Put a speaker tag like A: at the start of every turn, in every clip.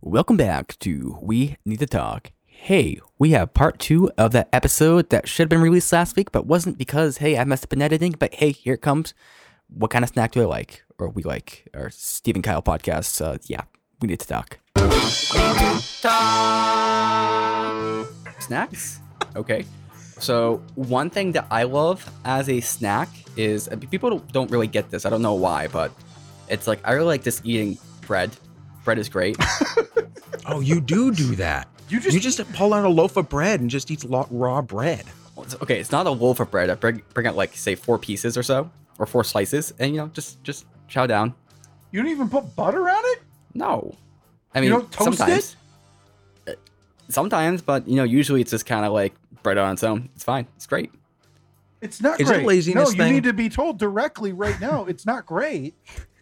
A: Welcome back to We Need to Talk. Hey, we have part two of that episode that should have been released last week, but wasn't because, hey, I messed up in editing. But hey, here it comes. What kind of snack do I like? Or we like? Our Stephen Kyle podcast. Uh, yeah, we need to talk. Snacks? Okay. So, one thing that I love as a snack is and people don't really get this. I don't know why, but it's like I really like just eating bread. Bread is great.
B: Oh, you do do that.
C: You
B: you just pull out a loaf of bread and just eat lo- raw bread.
A: Well, it's- okay, it's not a loaf of bread. I bring bring out like say four pieces or so, or four slices, and you know just just chow down.
C: you don't even put butter on it.
A: No, I mean
C: You don't toast it?
A: sometimes, Uh, sometimes, but you know usually it's just kind of like bread on its own. It's fine. It's great.
C: It's not
B: Is it a
C: great.
B: laziness
C: no,
B: thing?
C: you need to be told directly right now. It's not great.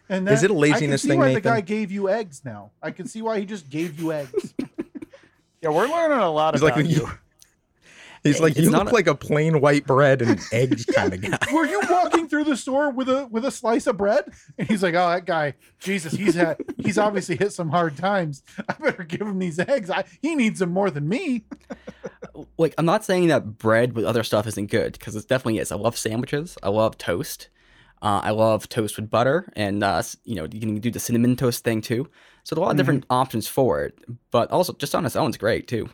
C: And that,
B: Is it a
C: I can
B: laziness
C: see
B: thing,
C: Why the
B: Nathan?
C: guy gave you eggs now? I can see why he just gave you eggs.
D: Yeah, we're learning a lot
B: He's
D: about
B: like,
D: you.
B: you, he's like,
A: It's
B: you
A: not
B: look
A: a-
B: like a plain white bread and eggs kind of guy.
C: Were you walking through the store with a with a slice of bread? And he's like, "Oh, that guy, Jesus, he's had he's obviously hit some hard times. I better give him these eggs. I, he needs them more than me."
A: Like I'm not saying that bread with other stuff isn't good because it definitely is. I love sandwiches. I love toast. Uh, I love toast with butter, and uh, s- you know you can do the cinnamon toast thing too. So there's a
C: Mm-hmm.
A: lot of different options for it, but also just on its own, it's great too.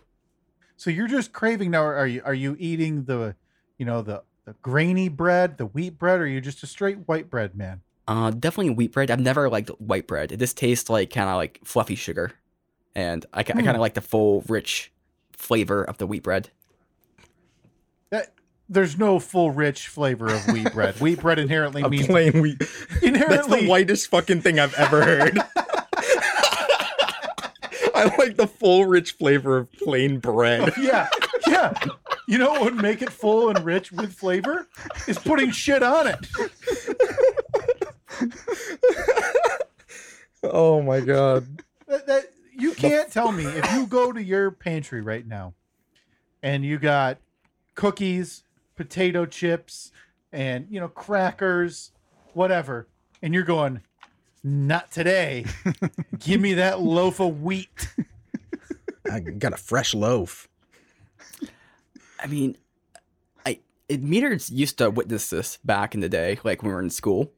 C: So you're just craving now. Are you are you eating the, you know, the the grainy bread, the wheat bread, or are you just a straight white bread man?
A: Uh, definitely wheat bread. I've never liked white bread. It just tastes like kind of like fluffy sugar, and I,
D: Hmm.
A: ki- I kind of like the full rich flavor of the wheat bread.
C: That there's no full rich flavor of wheat bread. wheat bread inherently
B: A
C: means
B: plain wheat. That's
C: inherently
B: the whitest fucking thing I've ever heard. I like the full, rich flavor of plain bread.
C: Yeah, yeah. You know what would make it full and rich with flavor is putting shit on it.
B: Oh my god.
C: That, that you can't tell me if you go to your pantry right now, and you got cookies, potato chips, and you know crackers, whatever, and you're going, not today. Give me that loaf of wheat.
B: I got a fresh loaf.
A: I mean, I it, meters used to witness this back in the day, like when we were in school.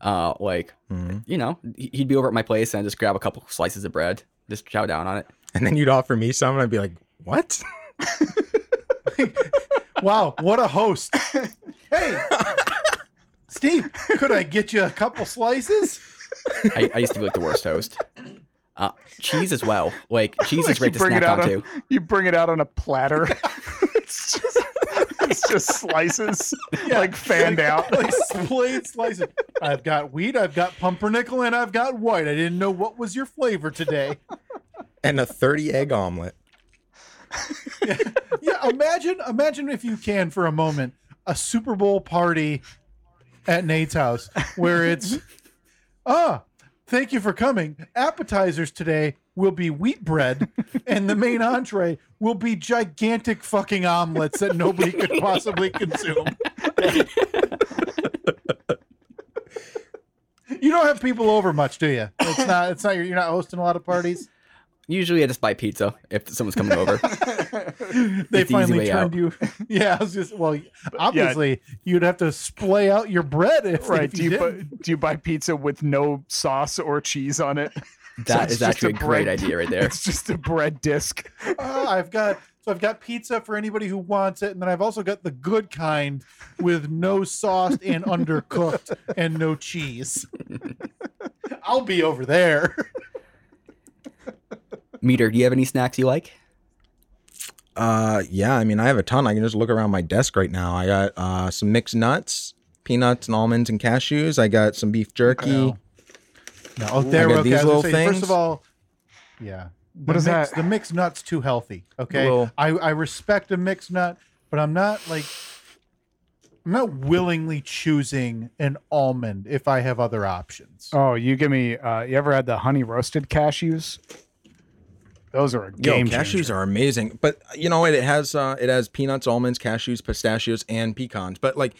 A: Uh, like
D: Hmm.
A: you know, he- he'd be over at my place and I'd just grab a couple slices of bread, just chow down on it.
B: And then you'd offer me some, and I'd be like, what?
C: Wow, what a host! Hey, Steve, could I get you a couple slices?
A: I, I used to be like the worst host. Uh, cheese as well. Like cheese is
D: Like,
A: great to snack on
D: out
A: too.
D: on, you bring it out on a platter. it's just it's just slices like fanned out.
C: like plain slices. I've got wheat, I've got pumpernickel, and I've got white. I didn't know what was your flavor today.
B: And a 30 egg omelet.
C: Yeah, imagine, imagine if you can for a moment a Super Bowl party at Nate's house where it's ah, thank you for coming. Appetizers today will be wheat bread, and the main entree will be gigantic fucking omelets that nobody could possibly consume. You don't have people over much, do you? It's not. It's not. You're not hosting a lot of parties.
A: Usually I just buy pizza if someone's coming over.
C: they
A: It's the easy
C: finally
A: way
C: turned you. Yeah, I was just well. Obviously, you'd have to splay out your bread if,
D: Right?
C: if
D: Do
C: you,
D: you
C: did.
D: bu- do you buy pizza with no sauce or cheese on it?
A: That
D: it's
A: is
D: just
A: actually a
D: a
A: great
D: bread.
A: idea right there.
D: It's just a bread disc.
C: Ah, I've got so I've got pizza for anybody who wants it, and then I've also got the good kind with no sauce and undercooked and no cheese. I'll be over there.
A: Meter, do you have any snacks you like?
B: Uh, yeah. I mean, I have a ton. I can just look around my desk right now. I got uh, some mixed nuts, peanuts and almonds and cashews. I got some beef jerky.
C: No. No, oh, there
B: I
C: we
B: got
C: go.
B: these little
C: First
B: things.
C: of all, yeah. The
D: What is
C: mix,
D: that?
C: The mixed nut's too healthy. Okay,
B: Little-
C: I I respect a mixed nut, but I'm not like I'm not willingly choosing an almond if I have other options.
D: Oh, you give me. Uh, you ever had the honey roasted cashews? Those are a game.
B: Yo, cashews
D: changer.
B: are amazing. But you know, it, it has uh, it has peanuts, almonds, cashews, pistachios, and pecans. But like,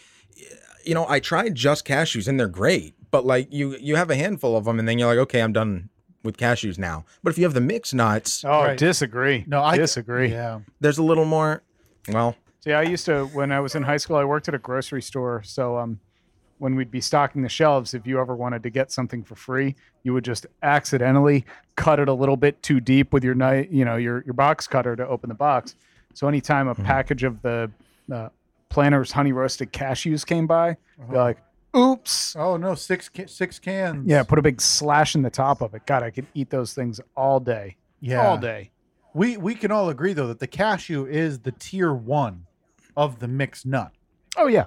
B: you know, I tried just cashews and they're great. But like, you you have a handful of them and then you're like, okay, I'm done with cashews now. But if you have the mixed nuts,
D: Oh,
C: Right.
D: disagree.
C: No, I
D: disagree.
C: Yeah.
B: there's a little more. Well,
D: See, I used to when I was in high school, I worked at a grocery store. So um, when we'd be stocking the shelves, if you ever wanted to get something for free, you would just accidentally cut it a little bit too deep with your knife, you know, your your box cutter to open the box. So anytime a package of the uh, Planters honey roasted cashews came by, be like, "Oops."
C: Oh no, six ca- six cans.
D: Yeah, put a big slash in the top of it. God, I could eat those things all day.
C: Yeah.
D: All day.
C: We we can all agree though that the cashew is the tier one of the mixed nut,
D: Oh yeah.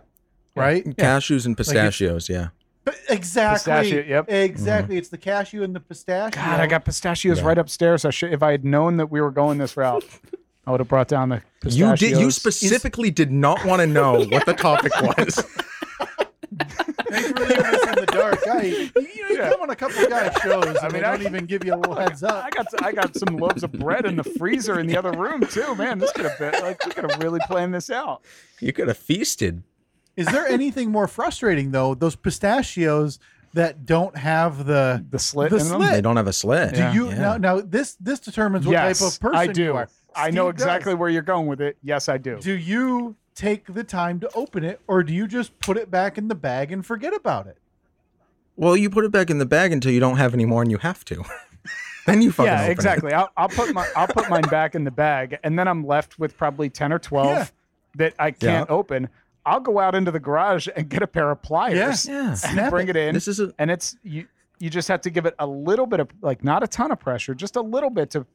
C: right?
B: cashews and pistachios, yeah.
C: But exactly.
D: Pistachio, yep. Mm-hmm.
C: Exactly. It's the cashew and the pistachio.
D: God, I got pistachios
B: Yeah.
D: right upstairs. I should, if I had known that we were going this route, I would have brought down the
B: You
D: pistachios.
B: did. You specifically did not want to know what the topic was.
C: Thanks for leaving us in the dark. I, you, you
D: Yeah.
C: come on a couple of guys' shows. And I
D: mean,
C: mean, they
D: I-
C: don't even give you a little heads
D: I
C: up.
D: got I got some loaves of bread in the freezer in the other room too. Man, this could have been like we could have really planned this out.
B: You could have feasted.
C: Is there anything more frustrating though? Those pistachios that don't have the.
D: The slit.
C: The
D: in them.
C: slit.
B: They don't have a slit.
C: Do you
B: Yeah.
C: now? Now this this determines what
D: Yes,
C: type of person
D: I do.
C: you are.
D: I know
C: Steve does.
D: exactly where you're going with it. Yes, I do.
C: Do you take the time to open it, or do you just put it back in the bag and forget about it?
B: Well, you put it back in the bag until you don't have any more, and you have to. then you fucking
D: yeah,
B: open it.
D: exactly. I'll, I'll put my I'll put mine back in the bag, and then I'm left with probably ten or twelve
C: Yeah.
D: that I can't open. I'll go out into the garage and get a pair of pliers.
B: Yeah.
D: And
C: Snap
D: bring
C: it.
D: it in.
B: This is a
D: and it's you you just have to give it a little bit of like not a ton of pressure just a little bit to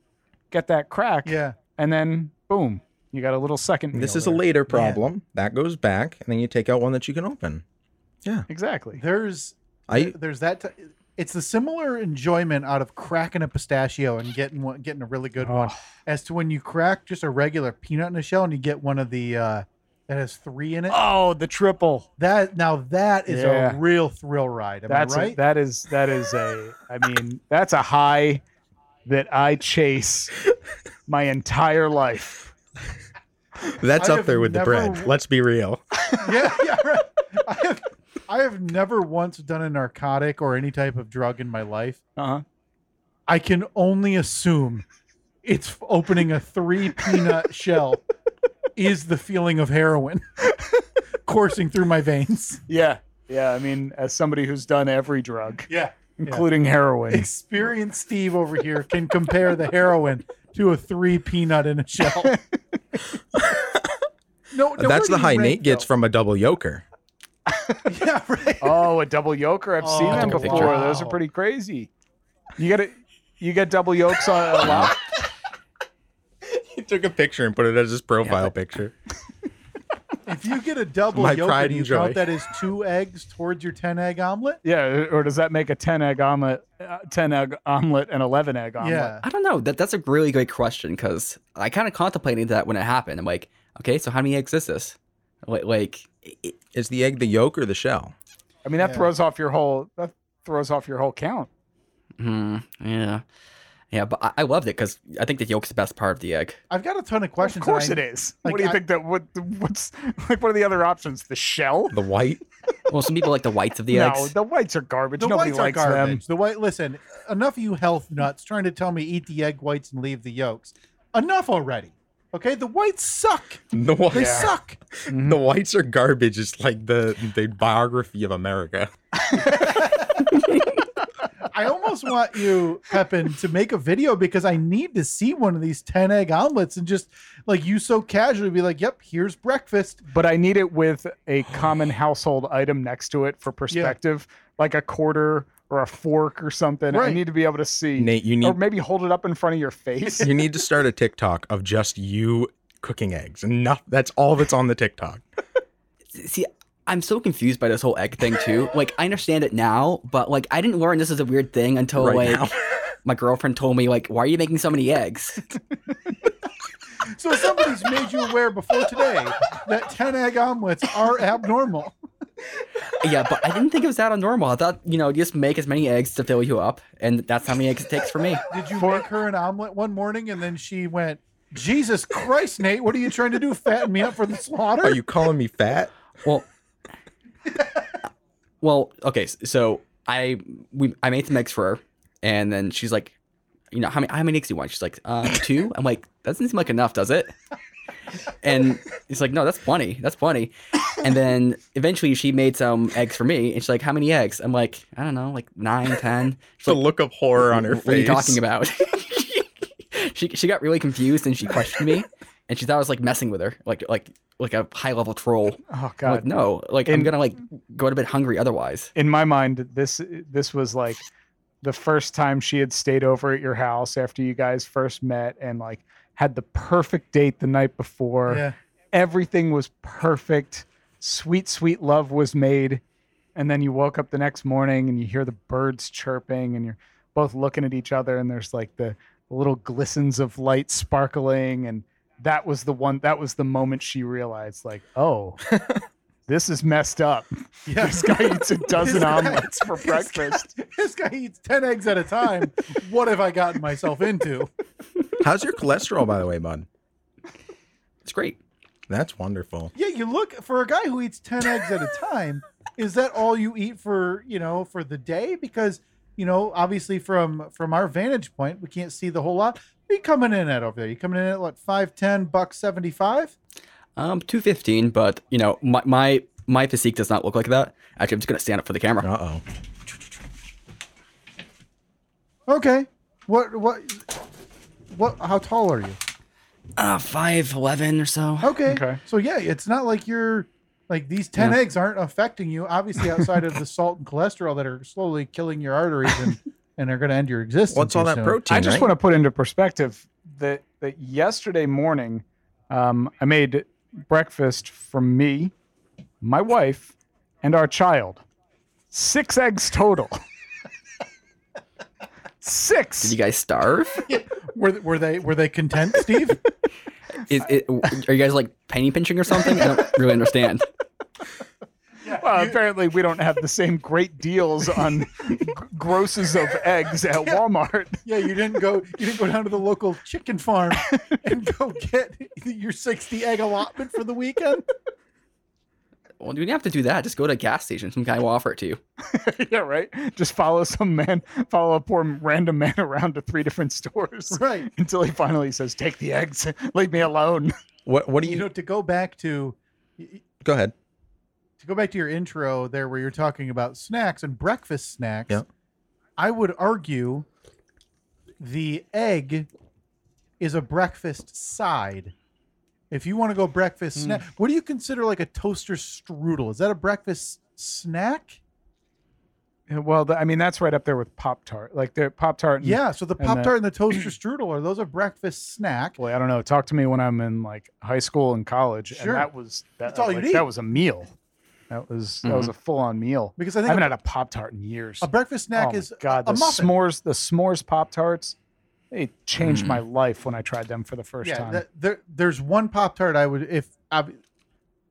D: get that crack
C: Yeah.
D: and then boom you got a little second
B: this
D: meal
B: is a
D: there.
B: later problem that goes back, and then you take out one that you can open.
D: exactly
C: There's
B: I
C: there's that. T- it's the similar enjoyment out of cracking a pistachio and getting one, getting a really good
B: Oh.
C: one, as to when you crack just a regular peanut in a shell and you get one of the uh, that has three in it.
D: oh the triple
C: That now that is
D: Yeah.
C: a real thrill ride. Am
D: that's
C: I
D: a-
C: right?
D: that is that is a i mean that's a high that i chase my entire life
B: that's
C: I
B: up there
C: have
B: with the bread.
C: never-
B: Let's be real.
C: yeah, yeah, right. I have, I have never once done a narcotic or any type of drug in my life.
D: uh-huh
C: I can only assume it's f- opening a three peanut shell is the feeling of heroin coursing through my veins.
D: yeah yeah i mean as somebody who's done every drug
C: Yeah.
D: including heroin
C: Experienced Steve over here can compare the heroin to a three peanut in a shell. No, no
B: that's the high Nate gets from a double yoker.
C: Yeah, right.
D: Oh, a double yoker. I've seen
C: Oh,
D: them
A: Took a
D: before.
A: picture.
D: Those are
C: wow.
D: pretty crazy. You got to you get double yolks on a lot.
B: He took a picture and put it as his profile
A: Yeah.
B: picture.
C: If you get a double
B: My
C: yolk,
B: pride
C: do you
B: and
C: count
B: joy.
C: that as two eggs towards your ten egg omelet?
D: Yeah, or does that make a 10 egg omelet, uh, 10 egg omelet and 11 egg omelet?
C: Yeah.
A: I don't know. That that's a really great question because I kind of contemplated that when it happened. I'm like, okay, so how many eggs is this? Like, like it,
B: Is the egg the yolk or the shell?
D: I mean, that
C: Yeah.
D: throws off your whole that throws off your whole count.
A: hmm, yeah, yeah. But I, I loved it because I think the yolk's the best part of the egg.
C: I've got a ton of questions.
D: of course
C: and
D: it
C: I-
D: is.
C: like,
D: what do you
C: I-
D: think that what what's like what are the other options? The shell?
B: The white?
A: Well, some people like the whites of the
D: no,
A: eggs.
D: the whites are garbage.
C: The
D: Nobody
C: whites
D: likes
C: are
D: them.
C: garbage. The white. Listen, enough of you health nuts trying to tell me eat the egg whites and leave the yolks. Enough already. Okay, the whites suck.
B: The white
C: They suck.
B: The whites are garbage. It's like the the biography of America.
C: I almost want you, Pepin, to make a video because I need to see one of these ten egg omelets and just like you so casually be like, "Yep, here's breakfast."
D: But I need it with a common household item next to it for perspective, like a quarter or a fork or something. I
C: Right.
D: need to be able to see.
B: Nate, you need
D: or maybe hold it up in front of your face.
B: you need to start a TikTok of just you cooking eggs. Enough. That's all that's on the TikTok.
A: See, I'm so confused by this whole egg thing too. like, I understand it now, but like, I didn't learn this is a weird thing until
B: Right
A: like
B: now.
A: my girlfriend told me, like, why are you making so many eggs?
C: So somebody's made you aware before today that ten egg omelets are abnormal.
A: yeah, but I didn't think it was that abnormal. I thought, you know, you just make as many eggs to fill you up, and that's how many eggs it takes for me.
C: Did you make her an omelet one morning and then she went, Jesus Christ, Nate, what are you trying to do? Fatten me up for the slaughter?
B: Are you calling me fat?
A: Well, well, okay. s- So I we I made some eggs for her, and then she's like, you know, how many how many eggs do you want? She's like, uh, two. I'm like, that doesn't seem like enough, does it? And he's like, no, that's plenty. That's plenty. And then eventually she made some eggs for me, and she's like, how many eggs? I'm like, I don't know, like nine, ten. She's
B: The
A: like,
B: look of horror on her
A: what
B: face.
A: are you talking about? she she got really confused and she questioned me, and she thought I was like messing with her, like like like a high level troll.
D: Oh
A: I'm
D: god.
A: like, no, like I'm
D: And-
A: gonna like go to bed hungry otherwise.
D: in my mind this this was like the first time she had stayed over at your house after you guys first met and like had the perfect date the night before
C: Yeah.
D: everything was perfect sweet sweet love was made and then you woke up the next morning and you hear the birds chirping and you're both looking at each other and there's like the little glistens of light sparkling and that was the one that was the moment she realized like oh this is messed up
C: Yeah.
D: this guy eats a dozen
C: This guy-
D: omelets for breakfast.
C: This guy eats 10 eggs at a time. What have I gotten myself into?
B: How's your cholesterol, by the way, bud?
A: It's great.
B: That's wonderful.
C: Yeah, you look for a guy who eats 10 eggs at a time. Is that all you eat for, you know, for the day? Because, you know, obviously from from our vantage point, we can't see the whole lot. What are you coming in at over there? You coming in at what, 510 buck 75?
A: Um, two fifteen, but you know my my my physique does not look like that. Actually, I'm just gonna stand up for the camera.
B: Uh oh.
C: Okay. What what what how tall are you?
A: Uh, five eleven or so.
C: Okay.
D: Okay.
C: So yeah, it's not like you're like these ten
A: Yeah.
C: eggs aren't affecting you. Obviously, outside of the salt and cholesterol that are slowly killing your arteries and and are going to end your existence.
B: What's all
C: too
B: that
C: soon.
B: protein?
D: I just
B: right?
D: want to put into perspective that that yesterday morning, um, I made breakfast for me, my wife, and our child. Six eggs total. Six.
A: Did you guys starve?
C: Were, th- were they were they content, Steve?
A: Is it, are you guys like penny pinching or something? I don't really understand.
D: well, apparently, we don't have the same great deals on g- grosses of eggs at Walmart.
C: yeah, you didn't go you didn't go down to the local chicken farm and go get your sixty egg allotment for the weekend.
A: Well, you didn't have to do that. Just go to a gas station. Some guy will offer it to you.
D: yeah, right. Just follow some man, follow a poor random man around to three different stores.
C: Right.
D: until he finally says, "Take the eggs, leave me alone."
B: What What do
C: You
B: you?
C: know, to go back to to
B: Go ahead.
C: go back to your intro there, where you're talking about snacks and breakfast snacks.
B: Yeah.
C: I would argue the egg is a breakfast side. If you want to go breakfast snack, what do you consider like a toaster strudel? Is that a breakfast snack?
D: Well, the, I mean, that's right up there with Pop Tart. Like the Pop Tart.
C: Yeah. So the
D: Mm. And
C: pop tart and the toaster strudel are those a breakfast snack?
D: Boy, I don't know. Talk to me when I'm in like high school and college,
C: Sure.
D: and that was that,
C: That's all you
D: like,
C: need.
D: That was a meal. That was that was a full on meal.
C: Because I
D: I
C: think
D: haven't
C: a,
D: had a Pop Tart in years.
C: a breakfast snack
D: oh my
C: is
D: God,
C: a
D: the
C: muffin.
D: s'mores, the s'mores Pop Tarts. They changed my life when I tried them for the first
C: yeah.
D: time.
C: that- there, there's one pop tart I would if I,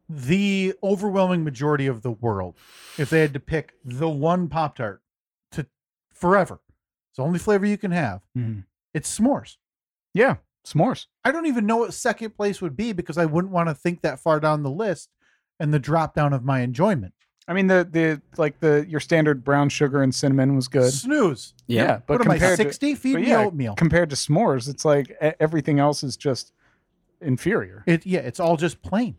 C: the overwhelming majority of the world, if they had to pick the one pop tart to forever, it's the only flavor you can have.
D: Mhm.
C: It's s'mores.
D: Yeah, s'mores.
C: I don't even know what second place would be because I wouldn't want to think that far down the list and the drop down of my enjoyment.
D: I mean, the the like the your standard brown sugar and cinnamon was good.
C: Snooze.
A: Yeah.
D: but
C: what am I,
D: compared to-
C: 60? Feed
D: but
C: me
D: yeah,
C: oatmeal.
D: compared to s'mores, it's like e- everything else is just inferior.
C: It, yeah, it's all just plain.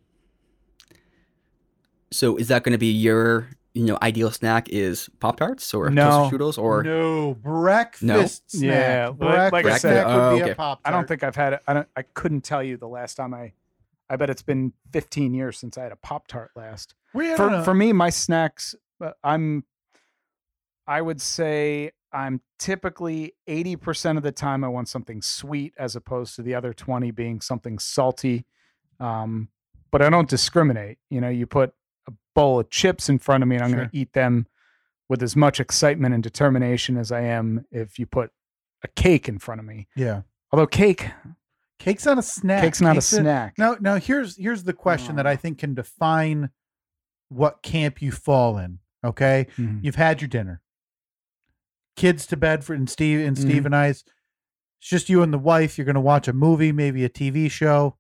A: So is that going to be your you know ideal snack? Is Pop Tarts or
D: No.
A: toaster strudels or
C: no breakfast snack.
D: Yeah,
C: breakfast
D: like- like I said-
C: snack would
A: Oh,
C: be
A: okay.
C: a pop.
D: I don't think I've had it. I don't. I couldn't tell you the last time I. I bet it's been 15 years since I had a pop tart last.
C: we
D: For for me, my snacks. uh, I'm. I would say I'm typically 80% of the time I want something sweet as opposed to the other 20 being something salty. Um, but I don't discriminate. You know, you put a bowl of chips in front of me and I'm going
C: Sure.
D: to eat them with as much excitement and determination as I am if you put a cake in front of me.
C: yeah,
D: Although cake,
C: cake's not a snack.
D: cake's not a
C: snack.
D: snack.
C: Now, now here's here's the question that I think can define what camp you fall in. Okay,
D: Mhm.
C: you've had your dinner. Kids to bed for and Steve and Steve and I's. It's just you and the wife. You're going to watch a movie, maybe a TV show.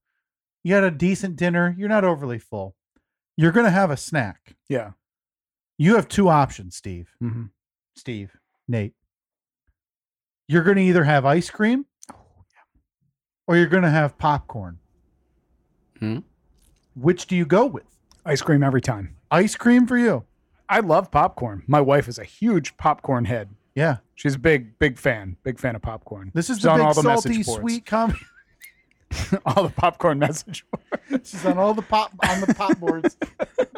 C: You had a decent dinner. You're not overly full. You're going to have a snack.
D: Yeah. mm-hmm.
C: You have two options, Steve.
D: Mhm.
C: Steve, Nate. you're going to either have ice cream
D: Oh,
C: or you're going to have popcorn.
A: Hmm.
C: Which do you go with?
D: Ice cream every time.
C: Ice cream for you.
D: I love popcorn. My wife is a huge popcorn head.
C: Yeah.
D: She's a big, big fan, big fan of popcorn.
C: This is
D: She's
C: the
D: on
C: big
D: all the
C: salty
D: message boards.
C: sweet comedy.
D: all the popcorn message boards.
C: She's on all the pop on the pop boards.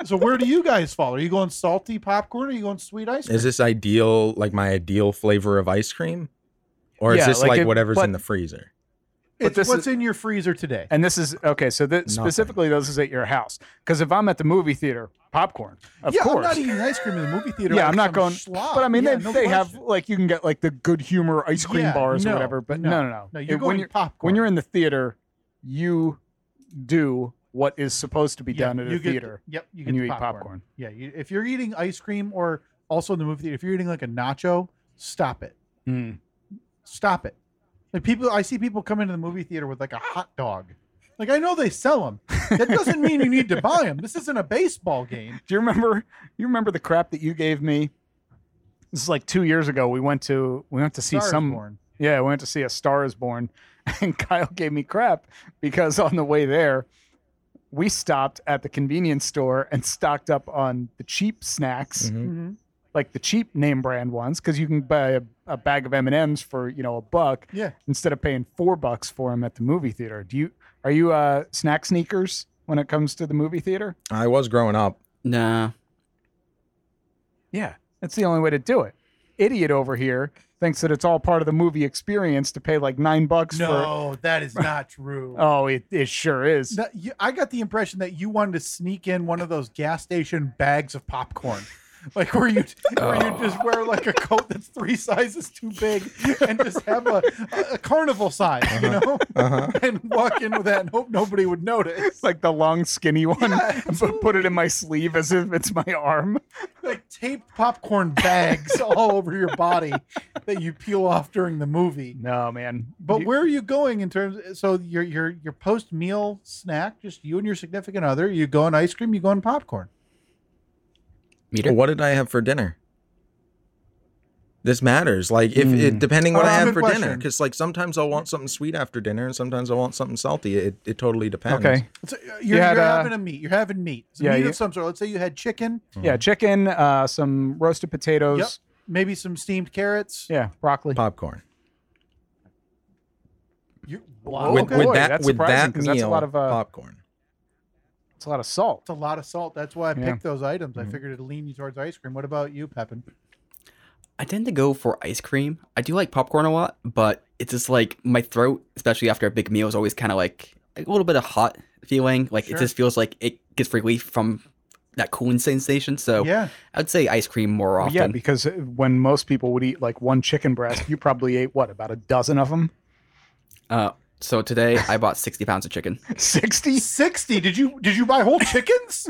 C: so where do you guys fall? Are you going salty popcorn or are you going sweet ice cream?
B: Is this ideal, like my ideal flavor of ice cream? Or is
D: Yeah,
B: this
D: like
B: like,
D: it-
B: whatever's
D: but-
B: in the freezer?
D: but
C: it's
D: this
C: what's in your freezer today.
D: And this is okay. So that
B: Nothing.
D: specifically, this is at your house. Because if I'm at the movie theater, popcorn, of
C: yeah,
D: course.
C: I'm not eating ice cream in the movie theater.
D: yeah,
C: like
D: I'm not
C: some
D: going.
C: schlop.
D: But I mean,
C: Yeah,
D: they,
C: no
D: they have
C: question.
D: like you can get like the good humor ice cream
C: Yeah,
D: bars
C: no,
D: or whatever. But
C: no,
D: no, no, no.
C: no. You're
D: It-
C: going
D: when you're
C: popcorn.
D: when you're in the theater, you do what is supposed to be
C: Yeah,
D: done at
C: you
D: a
C: get-
D: theater,
C: Yep, you get
D: and you
C: the
D: eat popcorn.
C: Yeah, you, if you're eating ice cream or also in the movie theater, if you're eating like a nacho, stop it.
D: Mm.
C: Stop it. Like people, I see people come into the movie theater with like a hot dog. Like I know they sell them. That doesn't mean you need to buy them. This isn't a baseball game.
D: Do you remember? You remember the crap that you gave me? This is like two years ago. We went to we went to see
C: Star is
D: some
C: born.
D: Yeah, I went to see A Star is Born, and Kyle gave me crap because on the way there, we stopped at the convenience store and stocked up on the cheap snacks,
B: Mhm.
C: Mm-hmm.
D: like the cheap name brand ones, because you can buy a, a bag of M and M's for you know a buck
C: Yeah.
D: instead of paying four bucks for them at the movie theater. Do you are you uh, snack sneakers when it comes to the movie theater?
B: I was growing up.
A: Nah.
D: Yeah, that's the only way to do it. Idiot over here thinks that it's all part of the movie experience to pay like nine bucks for.
C: No, that is not true.
D: Oh, it, it sure is.
C: No, you, I got the impression that you wanted to sneak in one of those gas station bags of popcorn. Like where you where you just wear like a coat that's three sizes too big and just have a, a, carnival size, you know,
B: Uh-huh.
C: and walk in with that and hope nobody would notice.
D: It's like the long, skinny one.
C: Yeah,
D: but put it in my sleeve as if it's my arm.
C: Like taped popcorn bags all over your body that you peel off during the movie.
D: No, man.
C: But
D: You-
C: where are you going in terms? So your your your post meal snack, just you and your significant other. You go on ice cream. You go on popcorn.
A: Meter.
B: What did I have for dinner? This matters. Like if
A: Hmm.
B: it depending what
C: Uh,
B: I have
D: Oh,
C: good
B: for dinner,
C: question.
B: because like sometimes I'll want something sweet after dinner, and sometimes I want something salty. It it totally depends.
D: okay,
C: So uh, you're,
D: You had,
C: you're
D: uh,
C: having a meat. You're having meat. It's a
D: yeah,
C: meat
D: you-
C: of some sort. Let's say you had chicken,
D: yeah, chicken, uh, some roasted potatoes,
C: maybe some steamed carrots.
D: yeah, broccoli.
B: Popcorn.
C: You,
D: Oh,
C: wow,
B: with,
C: okay.
B: with
D: boy,
B: that
D: that's
B: with
D: surprising,
B: that
D: 'cause
B: meal,
D: that's a lot of, uh,
B: popcorn.
D: It's a lot of salt.
C: That's a lot of salt. That's why I
D: Yeah. Mm-hmm.
C: picked those items. I figured it'd lean you towards ice cream. What about you, Pepin?
A: I tend to go for ice cream. I do like popcorn a lot, but it's just like my throat, especially after a big meal, is always kind of like a little bit of hot feeling. Like
C: Sure.
A: it just feels like it gets relief from that cooling sensation. So
B: Oh.
C: Yeah,
A: I'd say ice cream more
D: Well,
A: often.
D: Yeah, because when most people would eat like one chicken breast, you probably ate what about a dozen of them?
A: uh, so today I bought 60 pounds of chicken.
D: Sixty.
C: sixty. Did you did you buy whole chickens?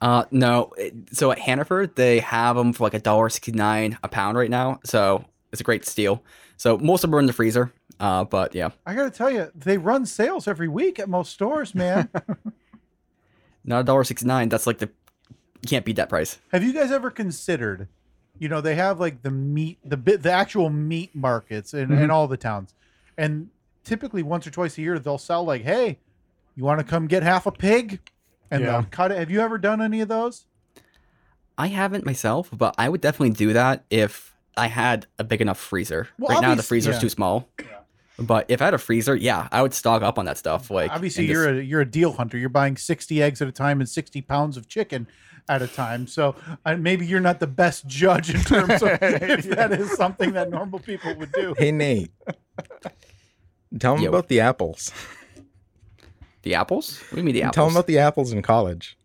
A: Uh, no, it- so at Hannaford they have them for like a dollar sixty nine a pound right now. So it's a great steal. So most of them are in the freezer. Uh, but yeah,
C: I gotta tell you, they run sales every week at most stores. Man,
A: not a dollar sixty nine. That's like the you can't beat that price.
C: Have you guys ever considered, you know, they have like the meat, the bit, the actual meat markets in, in all the towns, and typically once or twice a year they'll sell like, hey, you want to come get half a pig, and
D: Yeah.
C: they'll cut it. Have you ever done any of those?
A: I haven't myself, but I would definitely do that if I had a big enough freezer.
C: Well,
A: right now, the
C: obvious-
A: freezer's
C: yeah.
A: too small. But if I had a freezer, yeah, I would stock up on that stuff. Like
C: Obviously, you're a you're a deal hunter. You're buying sixty eggs at a time and sixty pounds of chicken at a time. So uh, maybe you're not the best judge in terms of if that is something that normal people would do.
B: Hey Nate, tell them
A: Yo.
B: about the apples.
A: the apples. What do you mean the apples?
B: Tell them about the apples in college.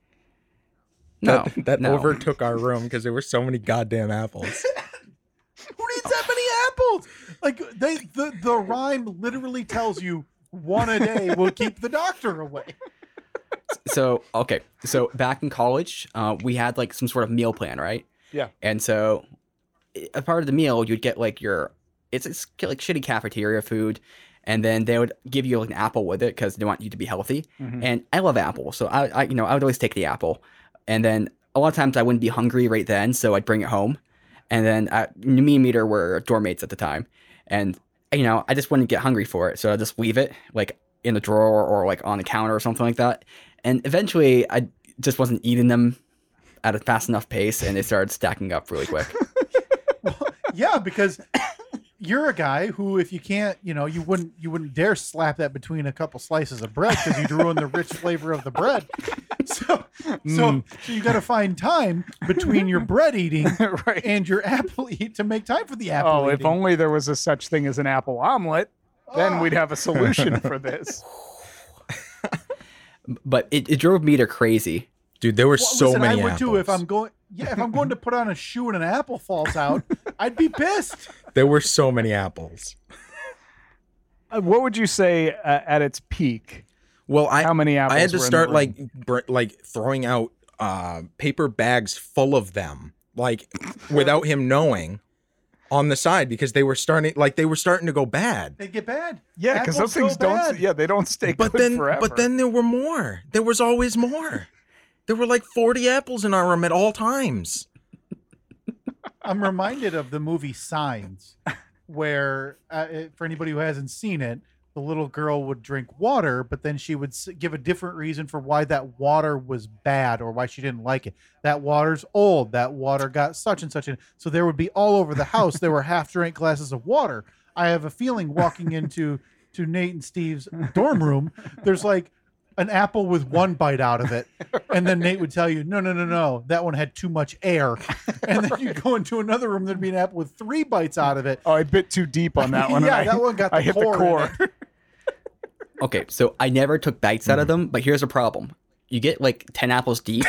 A: no,
B: that, that
A: no.
B: overtook our room because there were so many goddamn apples.
C: Who needs that many apples? Like they the, the rhyme literally tells you one a day will keep the doctor away.
A: so okay so back in college uh, we had like some sort of meal plan right
D: Yeah.
A: and so i- a part of the meal you'd get like your it's, it's ki- like shitty cafeteria food and then they would give you like an apple with it because they want you to be healthy and i love apples so I, I you know i would always take the apple and then a lot of times i wouldn't be uh, hungry right then so i'd bring it home and then I, me and meter were dorm mates at the time and you know I just wouldn't get hungry for it, so I just leave it like in the drawer or like on the counter or something like that. And eventually, I just wasn't eating them at a fast enough pace, and they started stacking up really quick.
C: yeah, because you're a guy who, if you can't, you know, you wouldn't you wouldn't dare slap that between a couple slices of bread because you'd ruin the rich flavor of the bread. So, so, so you got to find time between your bread eating
D: right.
C: and your apple eat to make time for the apple.
D: oh, if
C: eating.
D: only there was a such thing as an apple omelet, then we'd have a solution for this.
A: But it, it drove me to crazy.
B: Dude, there were
C: Well,
B: so
C: listen,
B: many
C: I would
B: apples.
C: too if I'm going. Yeah, if I'm going to put on a shoe and an apple falls out, I'd be pissed.
B: There were so many apples.
D: Uh, what would you say uh, at its peak?
B: Well, I
D: How many apples?
B: I had to
D: were in the
B: start
D: room?
B: like br- like throwing out uh, paper bags full of them, like without him knowing, on the side because they were starting like they were starting to go bad.
C: They'd get bad.
D: yeah, because those
C: Apples
D: things
C: go
D: don't.
C: bad.
D: Yeah, they don't stay
B: But
D: good
B: then,
D: forever.
B: but then there were more. There was always more. There were like forty apples in our room at all times.
C: I'm reminded of the movie Signs, where uh, it- for anybody who hasn't seen it, the little girl would drink water, but then she would s- give a different reason for why that water was bad or why she didn't like it. That water's old. That water got such and such. And so there would be all over the house. there were half drank glasses of water. I have a feeling walking into to Nate and Steve's dorm room, there's like an apple with one bite out of it. And then Nate would tell you, no, no, no, no, that one had too much air. And then you go into another room, there'd be an apple with three bites out of it.
D: oh, I bit too deep on that one. and
C: yeah,
D: I,
C: that one got the
D: I hit
C: core.
D: the
C: in
D: core.
C: it.
A: Okay, so I never took bites out of
B: Mm-hmm.
A: them, but here's the problem. You get like 10 apples deep,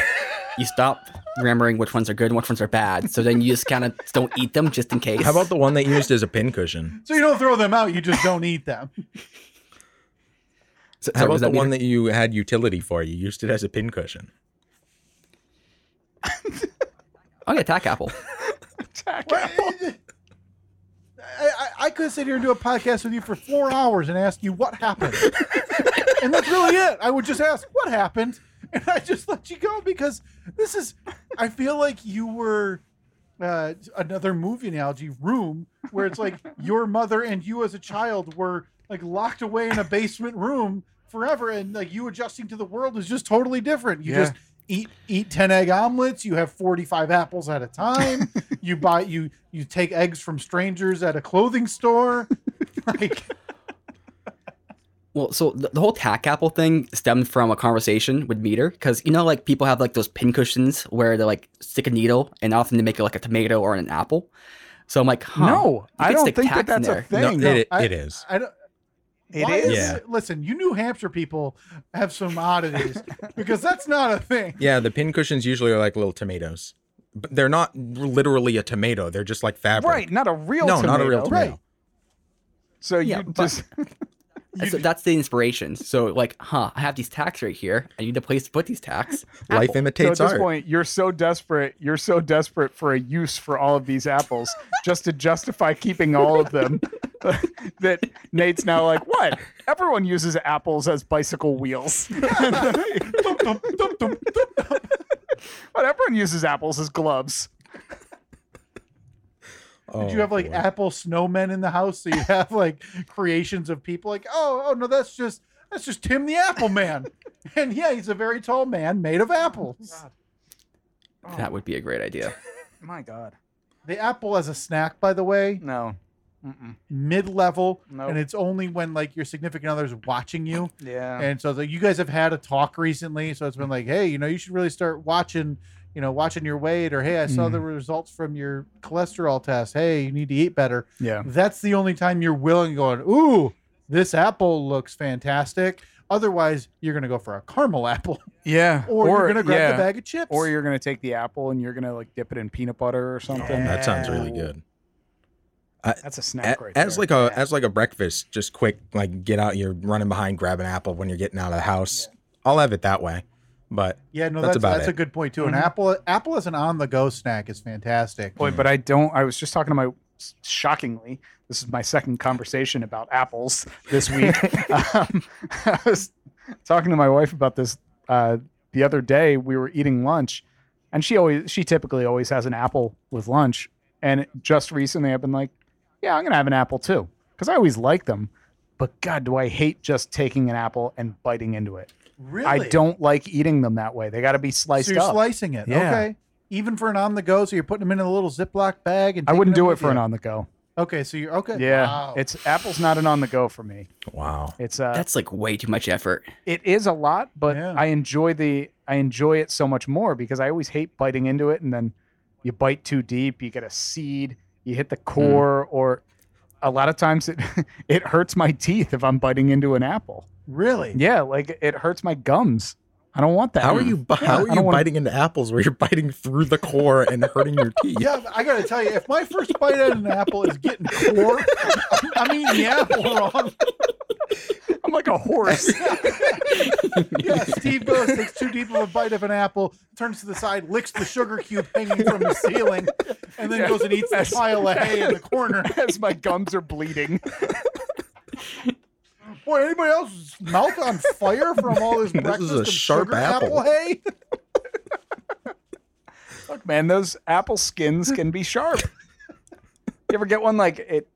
A: you stop remembering which ones are good and which ones are bad. So then you just kind of don't eat them just in case.
B: How about the one they used as a pincushion?
C: So you don't throw them out, you just don't eat them.
A: so,
B: How
A: so
B: about
A: does
B: the
A: that mean-
B: one that you had utility for? You used it as a pincushion.
A: I'll get Oh, tack apple.
C: I, I, I could sit here and do a podcast with you for four hours and ask you what happened. and that's really it. I would just ask, what happened? And I just let you go because this is, I feel like you were uh, another movie analogy room where it's like your mother and you as a child were like locked away in a basement room forever. And like you adjusting to the world is just totally different. You
D: Yeah.
C: just eat eat 10 egg omelets you have 45 apples at a time you buy you you take eggs from strangers at a clothing store like
A: Well, so the, the whole tack apple thing stemmed from a conversation with Meter because you know, like people have like those pin cushions where they like stick a needle and often they make it like a tomato or an apple. So I'm like, huh,
D: No,
A: you
D: I
A: could
D: don't
A: stick
D: think that
A: tack in
D: that's a
A: there.
D: thing.
B: no, it,
C: I-
B: it is.
C: i don't
D: It
C: why
D: is.
B: Yeah.
C: it- listen you new hampshire people have some oddities because that's not a thing
B: Yeah, the pin cushions usually are like little tomatoes, but they're not literally a tomato. They're just like fabric.
D: Right, not a real
B: No,
D: tomato.
B: not a real tomato.
C: Right.
D: So you
A: Yeah, but-
D: just
A: And so that's the inspiration. So like, huh, I have these tacks right here. I need a place to put these tacks.
B: Life
A: Apple.
D: so
B: imitates
D: at this
B: art.
D: point you're so desperate, you're so desperate for a use for all of these apples just to justify keeping all of them that Nate's now like, "What? Everyone uses apples as bicycle wheels."
C: Dum, dum, dum, dum, dum.
D: But everyone uses apples as gloves.
B: Oh,
C: Did you have like
B: boy.
C: apple snowmen in the house so you have like creations of people like oh oh no that's just that's just tim the apple man and yeah he's a very tall man made of apples
D: Oh.
A: That would be a great idea.
D: My god.
C: the apple as a snack by the way
D: No. Mm-mm.
C: mid level,
D: Nope.
C: and it's only when like your significant other's watching you.
D: Yeah.
C: And so it's like you guys have had a talk recently, so it's been like, hey, you know, you should really start watching, you know, watching your weight, or hey, I saw the
D: Mm-hmm.
C: results from your cholesterol test. Hey, you need to eat better.
D: yeah.
C: That's the only time you're willing going, ooh, this apple looks fantastic. Otherwise, you're gonna go for a caramel apple,
D: Yeah.
C: or, you're gonna grab the bag of chips,
D: Or you're gonna take the apple and you're gonna like dip it in peanut butter or
B: Oh,
D: something.
B: that sounds really good.
D: That's
B: Oh.
D: a
B: A-
D: snack right
B: as
D: there.
B: like a as like a breakfast, just quick, like get out. You're running behind, grab an apple when you're getting out of the house. I'll have it that way, but
C: yeah, no,
B: That's
C: that's
B: about
C: that's, a
B: it.
C: good point too.
D: Mm-hmm.
C: An apple, apple as an on-the-go snack is fantastic.
D: Boy, but I don't. I was just talking to my. Shockingly, this is my second conversation about apples this week. um, I was talking to my wife about this uh, the other day. We were eating lunch, and she always, she typically always has an apple with lunch. And just recently, I've been like, yeah, I'm gonna have an apple too because I always like them. But God, do I hate just taking an apple and biting into it?
C: Really?
D: I don't like eating them that way. They got to be sliced
C: so you're
D: up.
C: slicing it.
D: Yeah.
C: Okay. Even for an on the go, so you're putting them in a little Ziploc bag and
D: I wouldn't
C: taking them
D: do it
C: with
D: for an
C: you.
D: on the go.
C: Okay, so you're okay.
D: Yeah,
C: Wow.
D: it's apple's not an on the go for me.
B: Wow.
D: It's uh,
A: That's like way too much effort.
D: it is a lot, but
C: Yeah.
D: I enjoy the I enjoy it so much more because I always hate biting into it and then you bite too deep, you get a seed, you hit the
C: Hmm.
D: core, or a lot of times it it hurts my teeth if I'm biting into an apple.
C: really
D: Yeah, like it hurts my gums. I don't want that.
B: How are you? bu-
D: Mm. Yeah,
B: how
D: I
B: are
D: don't
B: you
D: wanna-
B: biting into apples where you're biting through the core and hurting your teeth?
C: Yeah, but I gotta tell you, if my first bite at an apple is getting core, I'm, I'm eating the apple wrong.
D: I'm like a horse.
C: Yeah, Steve goes takes too deep of a bite of an apple, turns to the side, licks the sugar cube hanging from the ceiling, and then
D: Yeah.
C: goes and eats the
D: That's-
C: pile of hay in the corner.
D: as my gums are bleeding.
C: Boy, anybody else's mouth on fire from all this
B: This
C: breakfast
B: is a
C: and
B: sharp
C: sugar
B: apple.
C: hay?
D: Look, man, those apple skins can be sharp. you ever get one like it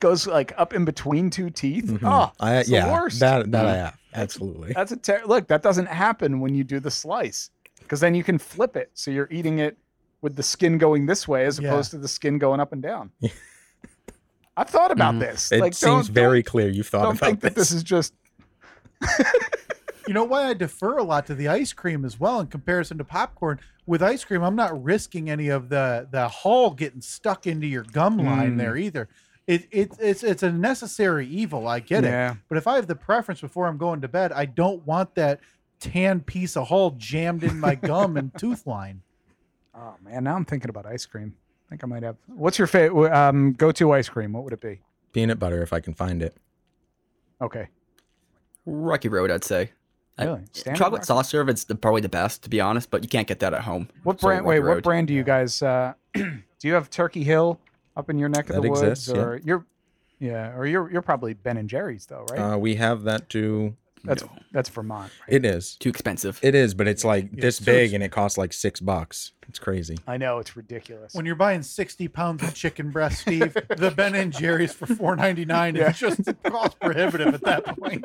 D: goes like up in between two teeth? Oh,
B: Mm-hmm. I,
D: it's the
B: yeah,
D: worst. Mm.
B: that that I have absolutely.
D: That's a ter- look. That doesn't happen when you do the slice because then you can flip it, so you're eating it with the skin going this way as
C: Yeah.
D: opposed to the skin going up and down. I've thought about this.
B: Mm-hmm. It
D: like,
B: seems
D: don't,
B: very clear you've thought
D: Don't, don't
B: about
D: think
B: this.
D: that this is just
C: You know why I defer a lot to the ice cream as well in comparison to popcorn. With ice cream, I'm not risking any of the the hull getting stuck into your gum line
D: Mm.
C: there either. It, it it's it's a necessary evil. I get it.
D: Yeah.
C: But if I have the preference before I'm going to bed, I don't want that tan piece of hull jammed in my gum and tooth line.
D: Oh man, now I'm thinking about ice cream. I think I might have. What's your favorite um, go-to ice cream? What would it be?
B: Peanut butter, if I can find it.
D: Okay,
A: Rocky Road, I'd say. I-
D: really. Standard
A: Chocolate
D: Rock?
A: soft serve is the, probably the best, to be honest, but you can't get that at home.
D: What
A: So
D: brand? Wait,
A: Rocky
D: what
A: Road.
D: brand do you guys? Uh, do you have Turkey Hill up in your neck of
B: That
D: the woods,
B: exists, yeah.
D: or you're? Yeah, or you're you're probably Ben and Jerry's though, right?
B: Uh, we have that too.
D: that's
A: No,
D: that's Vermont.
B: It is.
A: too expensive.
B: It is, but it's like
C: Yeah,
B: this
C: so
B: big
C: it's-
B: and it costs like six bucks. It's crazy.
D: I know it's ridiculous.
C: When you're buying 60 pounds of chicken breast, Steve, the Ben and Jerry's for 4.99
D: Yeah.
C: is just cost prohibitive at that point.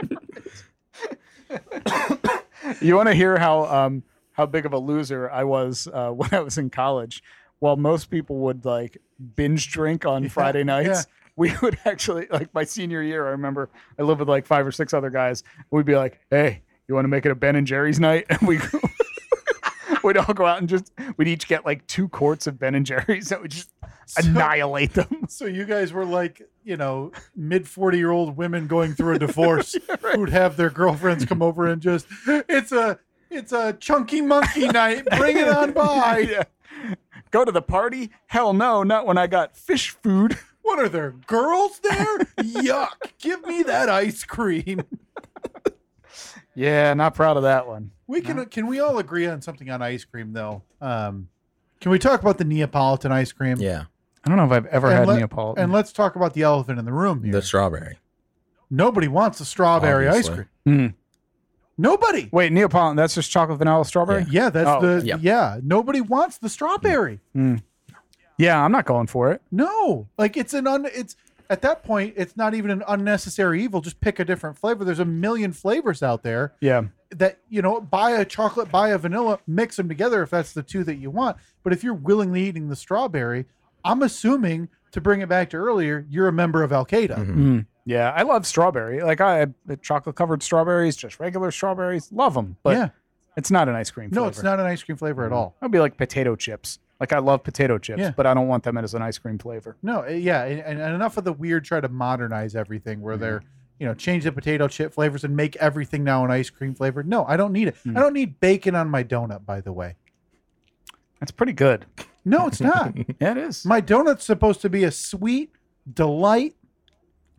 D: you want to hear how um how big of a loser I was uh, when I was in college? While most people would like binge drink on
C: Yeah,
D: Friday nights,
C: yeah.
D: we would actually like my senior year. I remember I lived with like five or six other guys. We'd be like, "Hey, you want to make it a Ben and Jerry's night?" And we we'd all go out and just we'd each get like two quarts of Ben and Jerry's that would just annihilate them.
C: So you guys were like, you know, mid 40 year old women going through a divorce who'd have their girlfriends come over and just, it's a, it's a chunky monkey night. Bring it on by.
D: yeah. Go to the party? Hell no, not when I got fish food.
C: What are there girls there? Yuck! Give me that ice cream.
D: Yeah, not proud of that one.
C: We can can we all agree on something on ice cream though? Um, can we talk about the Neapolitan ice cream?
B: Yeah.
D: I don't know if I've ever
C: And
D: had
C: let-
D: Neapolitan.
C: And let's talk about the elephant in the room here.
B: The strawberry.
C: Nobody wants a strawberry ice
B: Obviously.
C: cream.
D: Mhm.
C: Nobody.
D: Wait, Neapolitan, that's just chocolate, vanilla, strawberry?
B: Yeah.
D: Yeah,
C: Yeah, that's
D: Oh,
C: the
A: yeah.
C: yeah. Nobody wants the strawberry.
D: I'm not going for it.
C: No, like it's an un. It's at that point, it's not even an unnecessary evil. Just pick a different flavor. There's a million flavors out there.
D: Yeah.
C: that you know buy a chocolate buy a vanilla mix them together if that's the two that you want but if you're willingly eating the strawberry i'm assuming to bring it back to earlier you're a member of al-qaeda
D: Mm-hmm.
B: Mhm.
D: Hmm. Yeah, I love strawberry. Like I chocolate covered strawberries, just regular strawberries, love them. But
C: yeah
D: it's not an ice cream.
C: no
D: flavor.
C: it's not an ice cream flavor at all
D: It'd be like potato chips. Like I love potato chips,
C: Yeah.
D: but I don't want them as an ice cream flavor.
C: no uh, yeah and, and and enough of the weird try to modernize everything where
D: Mm-hmm.
C: they're you know change the potato chip flavors and make everything now an ice cream flavor no i don't need it
D: Mm.
C: i don't need bacon on my donut by the way
D: That's pretty good.
C: no it's not
D: Yeah, it is.
C: My donut's supposed to be a sweet delight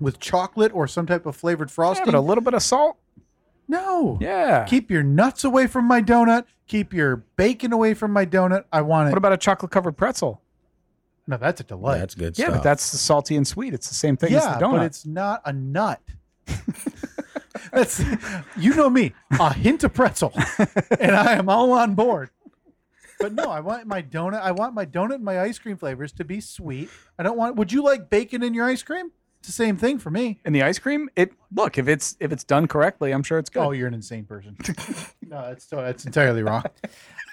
C: with chocolate or some type of flavored
D: Yeah,
C: frosting.
D: but a little bit of salt.
C: no.
D: Yeah.
C: Keep your nuts away from my donut. Keep your bacon away from my donut. I want it.
D: what about a chocolate covered pretzel?
C: no, that's a delight.
B: That's good
D: Yeah,
B: stuff.
D: but that's the salty and sweet. It's the same thing
C: yeah,
D: as the donut.
C: but it's not a nut. that's you know me, a hint of pretzel, and I am all on board. But no, I want my donut. I want my donut and my ice cream flavors to be sweet. I don't want. Would you like bacon in your ice cream? It's the same thing for me.
D: And the ice cream, it look if it's if it's done correctly, I'm sure it's good.
C: Oh, you're an insane person. no, that's so that's entirely wrong.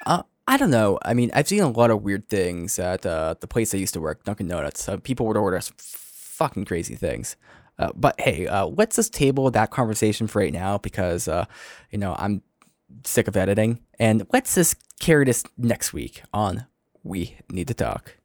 A: Uh, I don't know. I mean, I've seen a lot of weird things at uh, the place I used to work, Dunkin' Donuts. Uh, people would order some fucking crazy things. Uh, but hey, uh, let's just table that conversation for right now because, uh, you know, I'm sick of editing. And let's just carry this next week on We Need to Talk.